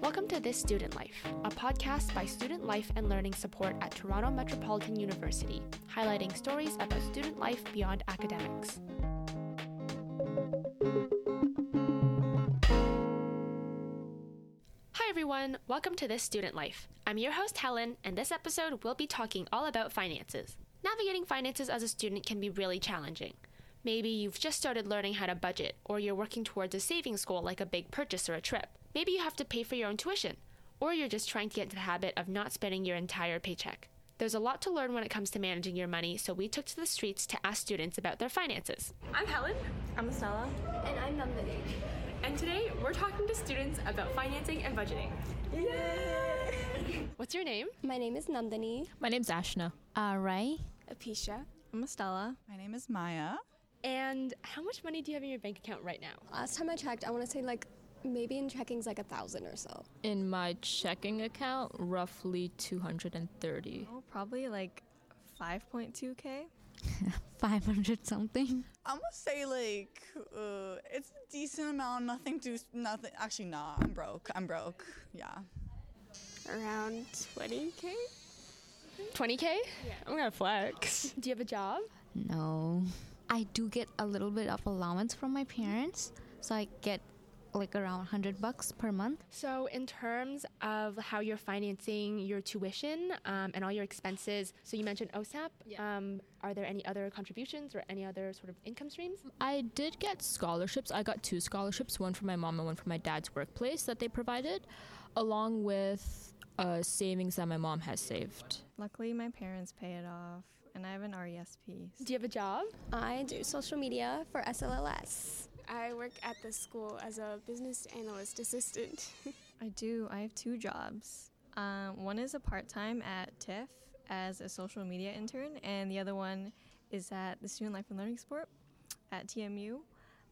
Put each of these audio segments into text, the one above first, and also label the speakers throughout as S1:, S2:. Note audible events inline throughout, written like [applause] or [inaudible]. S1: Welcome to This Student Life, a podcast by Student Life and Learning Support at Toronto Metropolitan University, highlighting stories about student life beyond academics. Hi, everyone. Welcome to This Student Life. I'm your host, Helen, and this episode we'll be talking all about finances. Navigating finances as a student can be really challenging. Maybe you've just started learning how to budget, or you're working towards a savings goal like a big purchase or a trip. Maybe you have to pay for your own tuition, or you're just trying to get into the habit of not spending your entire paycheck. There's a lot to learn when it comes to managing your money, so we took to the streets to ask students about their finances.
S2: I'm Helen,
S3: I'm Stella.
S4: And I'm Nandini.
S2: and today we're talking to students about financing and budgeting.
S1: What's your name?
S4: My name is Nandini.
S5: My name's Ashna.
S6: Uh, Ray?
S4: Apisha.
S3: I'm Estella.
S7: My name is Maya.
S1: And how much money do you have in your bank account right now?
S4: Last time I checked, I want to say like maybe in checking's like a thousand or so.
S5: In my checking account, roughly 230.
S3: Oh, probably like 5.2k.
S6: 500 something.
S7: I'm gonna say like uh, it's a decent amount. Nothing to nothing. Actually, nah. I'm broke. I'm broke. Yeah.
S4: Around 20k?
S1: 20k? I'm gonna flex. Do you have a job?
S6: No. I do get a little bit of allowance from my parents, so I get like around 100 bucks per month.
S1: So, in terms of how you're financing your tuition um, and all your expenses, so you mentioned OSAP. Um, are there any other contributions or any other sort of income streams?
S5: I did get scholarships. I got two scholarships, one from my mom and one from my dad's workplace that they provided, along with uh, savings that my mom has saved.
S3: Luckily, my parents pay it off, and I have an E RESP.
S1: Do you have a job?
S4: I do social media for SLLS.
S8: I work at the school as a business analyst assistant.
S3: [laughs] I do. I have two jobs. Um, one is a part time at TIFF as a social media intern, and the other one is at the Student Life and Learning Support at TMU.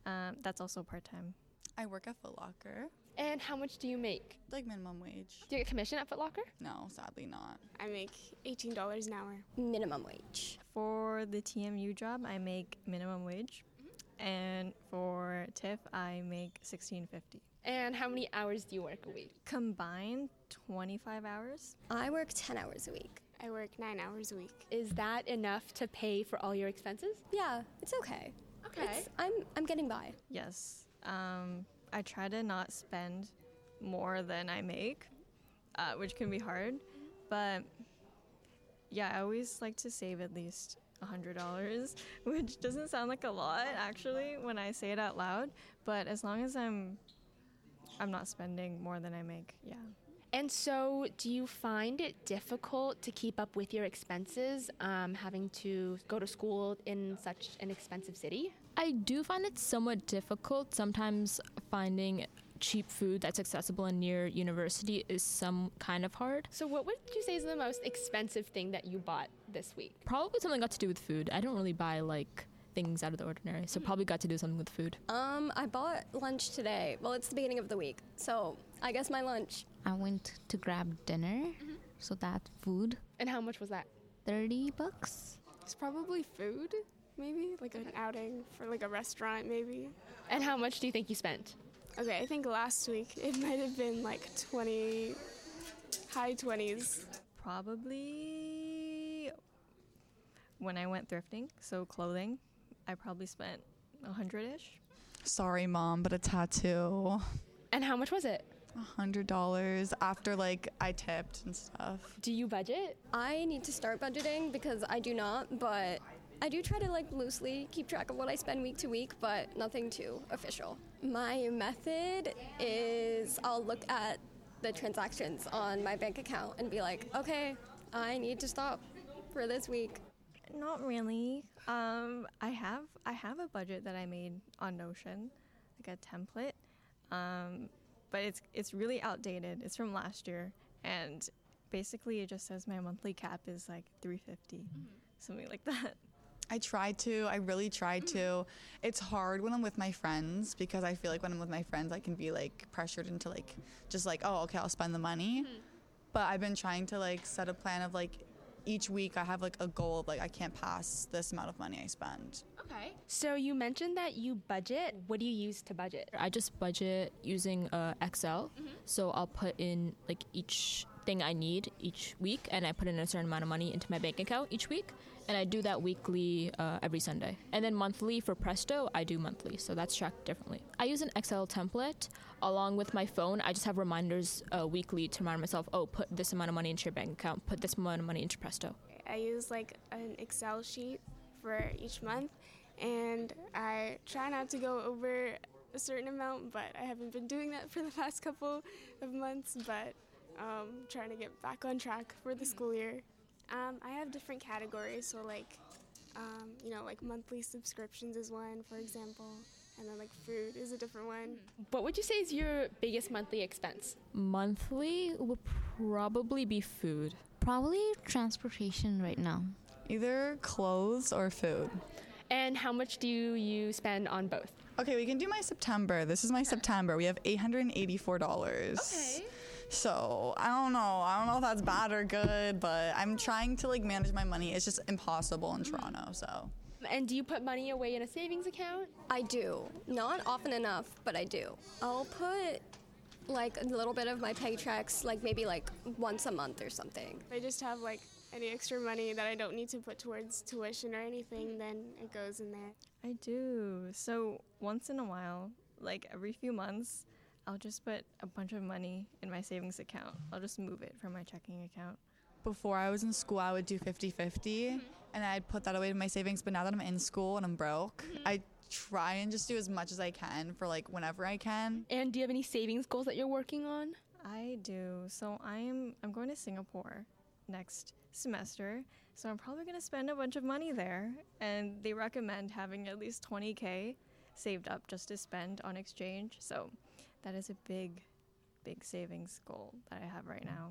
S3: Um, that's also part time.
S7: I work at Foot Locker,
S1: And how much do you make?
S7: like minimum wage.
S1: Do you get commission at Foot Locker?
S7: No, sadly not.
S8: I make $18 an hour.
S4: Minimum wage.
S3: For the TMU job, I make minimum wage, and for TIFF, I make 1650.
S1: And how many hours do you work a week?
S3: Combined, 25 hours.
S4: I work 10 hours a week.
S8: I work nine hours a week.
S1: Is that enough to pay for all your expenses?
S4: Yeah, it's okay.
S1: Okay.
S4: It's, I'm I'm getting by.
S3: Yes. Um, I try to not spend more than I make, uh, which can be hard. But yeah, I always like to save at least $100, [laughs] which doesn't sound like a lot actually when I say it out loud. But as long as I'm I'm not spending more than I make. Yeah.
S1: And so, do you find it difficult to keep up with your expenses, um, having to go to school in such an expensive city?
S5: I do find it somewhat difficult. Sometimes finding cheap food that's accessible and near university is some kind of hard.
S1: So, what would you say is the most expensive thing that you bought this week?
S5: Probably something got to do with food. I don't really buy like things out of the ordinary, so probably got to do something with food.
S4: Um, I bought lunch today. Well, it's the beginning of the week, so I guess my lunch.
S6: I went to grab dinner, so that food,
S1: And how much was that?
S6: 30 bucks.
S8: It's probably food, maybe? Like an outing for like a restaurant, maybe?
S1: And how much do you think you spent?
S8: Okay, I think last week it [laughs] might have been like 20, high 20s.
S3: Probably when I went thrifting, so clothing, I probably spent 100ish.
S7: Sorry, mom, but a tattoo.
S1: And how much was it?
S7: A hundred dollars after like I tipped and stuff.
S1: Do you budget?
S4: I need to start budgeting because I do not, but I do try to like loosely keep track of what I spend week to week, but nothing too official. My method is I'll look at the transactions on my bank account and be like, okay, I need to stop for this week.
S3: Not really. Um, I have I have a budget that I made on Notion, like a template, um, but it's it's really outdated. It's from last year, and basically it just says my monthly cap is like three Mm-hmm. something like that.
S7: I try to. I really try to. It's hard when I'm with my friends because I feel like when I'm with my friends, I can be like pressured into like just like oh okay, I'll spend the money. But I've been trying to like set a plan of like each week I have like a goal of like I can't pass this amount of money I spend.
S9: Okay. So you mentioned that you budget. What do you use to budget?
S5: I just budget using uh, Excel. So I'll put in like each thing I need each week, and I put in a certain amount of money into my bank account each week, and I do that weekly uh, every Sunday. And then monthly for Presto, I do monthly, so that's tracked differently. I use an Excel template along with my phone. I just have reminders uh, weekly to remind myself, oh, put this amount of money into your bank account, put this amount of money into Presto.
S8: I use like an Excel sheet for each month, and I try not to go over a certain amount, but I haven't been doing that for the past couple of months. But um, trying to get back on track for the school year. Um, I have different categories, so like um, you know, like monthly subscriptions is one, for example, and then like food is a different one.
S1: What would you say is your biggest monthly expense?
S5: Monthly will probably be food.
S6: Probably transportation right now.
S7: Either clothes or food.
S1: And how much do you spend on both?
S7: Okay, we can do my September. This is my September. We have eight hundred and eighty-four dollars. So I don't know. I don't know if that's bad or good, but I'm trying to like manage my money. It's just impossible in Toronto. So
S1: And do you put money away in a savings account?
S4: I do. Not often enough, but I do. I'll put like a little bit of my paychecks, like maybe like once a month or something.
S8: If I just have like any extra money that I don't need to put towards tuition or anything, then it goes in there.
S3: I do. So once in a while, like every few months, I'll just put a bunch of money in my savings account. I'll just move it from my checking account.
S7: before I was in school, I would do 50 50 and I'd put that away in my savings. But now that I'm in school and I'm broke, I try and just do as much as I can for like whenever I can.
S1: And do you have any savings goals that you're working on?
S3: I do. So I'm I'm going to Singapore next semester. So I'm probably going to spend a bunch of money there and they recommend having at least 20k saved up just to spend on exchange. So that is a big big savings goal that I have right now.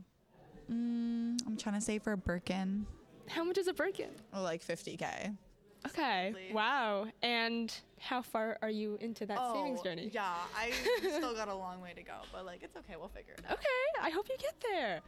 S7: Mm, I'm trying to save for a Birkin,
S1: How much is a Birkin?
S7: or like 50K.
S1: Okay. Wow. And how far are you into that savings journey?
S7: Oh, Yeah, I still got
S1: [laughs]
S7: a long way to go, but like it's okay. We'll figure it out.
S1: Okay. I hope you get there.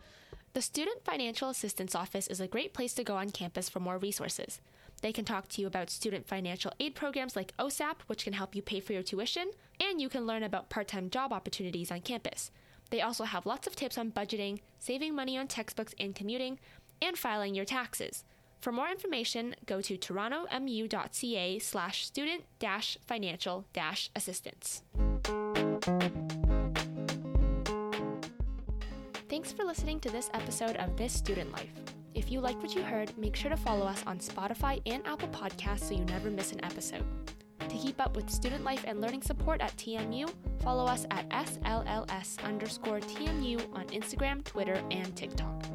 S9: The Student Financial Assistance Office is a great place to go on campus for more resources. They can talk to you about student financial aid programs like OSAP, which can help you pay for your tuition, and you can learn about part time job opportunities on campus. They also have lots of tips on budgeting, saving money on textbooks and commuting, and filing your taxes. For more information, go to torontomu.ca slash student dash financial dash assistance. Thanks for listening to this episode of This Student Life. If you liked what you heard, make sure to follow us on Spotify and Apple Podcasts so you never miss an episode. To keep up with student life and learning support at TMU, follow us at SLLS underscore TMU on Instagram, Twitter, and TikTok.